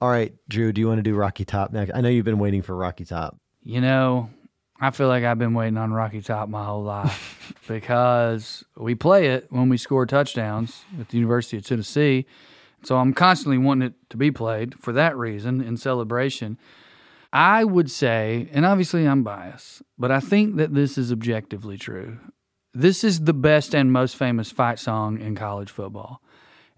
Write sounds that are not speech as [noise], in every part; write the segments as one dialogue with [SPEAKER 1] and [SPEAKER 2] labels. [SPEAKER 1] All right, Drew, do you want to do Rocky Top next? I know you've been waiting for Rocky Top. Oh,
[SPEAKER 2] You know, I feel like I've been waiting on Rocky Top my whole life because we play it when we score touchdowns at the University of Tennessee. So I'm constantly wanting it to be played for that reason in celebration. I would say, and obviously I'm biased, but I think that this is objectively true. This is the best and most famous fight song in college football.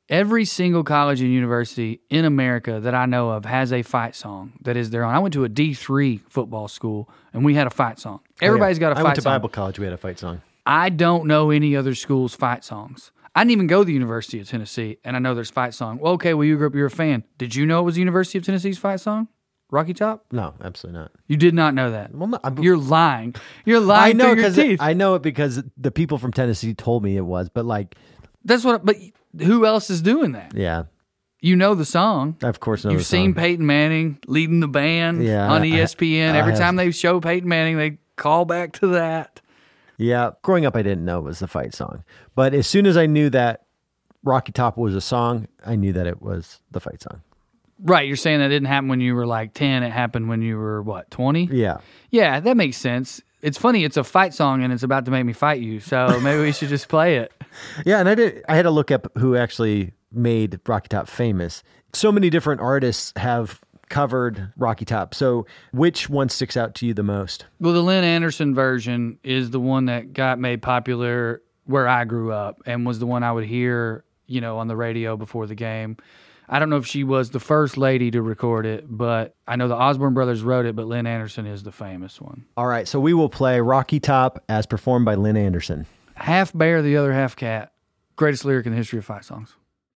[SPEAKER 2] Every single college and university in America that I know of has a fight song that is their own. I went to a D3 football school and we had a fight song. Everybody's got a
[SPEAKER 1] Oh, I
[SPEAKER 2] fight
[SPEAKER 1] went to
[SPEAKER 2] song.
[SPEAKER 1] Bible college. We had a fight song.
[SPEAKER 2] I don't know any other school's fight songs. I didn't even go to the University of Tennessee, and I know there's fight song. Well, okay, well, you grew up, you're a fan. Did you know it was the University of Tennessee's fight song? Rocky Top?
[SPEAKER 1] No, absolutely not.
[SPEAKER 2] You did not know that.
[SPEAKER 1] Well, no, I'm-
[SPEAKER 2] You're lying. You're
[SPEAKER 1] I
[SPEAKER 2] lying
[SPEAKER 1] know
[SPEAKER 2] through your
[SPEAKER 1] because
[SPEAKER 2] teeth.
[SPEAKER 1] I know it because the people from Tennessee told me it was. But like,
[SPEAKER 2] That's what. But who else is doing that?
[SPEAKER 1] yeah,
[SPEAKER 2] You know the song.
[SPEAKER 1] I of course know.
[SPEAKER 2] You've
[SPEAKER 1] the song.
[SPEAKER 2] seen Peyton Manning leading the band
[SPEAKER 1] Yeah,
[SPEAKER 2] on E
[SPEAKER 1] I- I-
[SPEAKER 2] ESPN.
[SPEAKER 1] I
[SPEAKER 2] Every
[SPEAKER 1] have.
[SPEAKER 2] time they show Peyton Manning, they call back to that.
[SPEAKER 1] Yeah, growing up, I didn't know it was the fight song. But as soon as I knew that Rocky Top was a song, I knew that it was the fight song.
[SPEAKER 2] Right. You're saying that didn't happen when you were like 10. It happened when you were, what, 20?
[SPEAKER 1] Yeah,
[SPEAKER 2] Yeah, that makes sense. It's funny. It's a fight song, and it's about to make me fight you. [laughs] So maybe we should just play it.
[SPEAKER 1] yeah, and I did. I had to look up who actually made Rocky Top famous. So many different artists have covered Rocky Top. So which one sticks out to you the most?
[SPEAKER 2] Well, the Lynn Anderson version is the one that got made popular where I grew up, and was the one I would hear, you know, on the radio before the game. I don't know if she was the first lady to record it, but I know the Osborne brothers wrote it, but Lynn Anderson is the famous one.
[SPEAKER 1] All right, so we will play Rocky Top as performed by Lynn Anderson.
[SPEAKER 2] Half bear, the other half cat. Greatest lyric in the history of fight songs.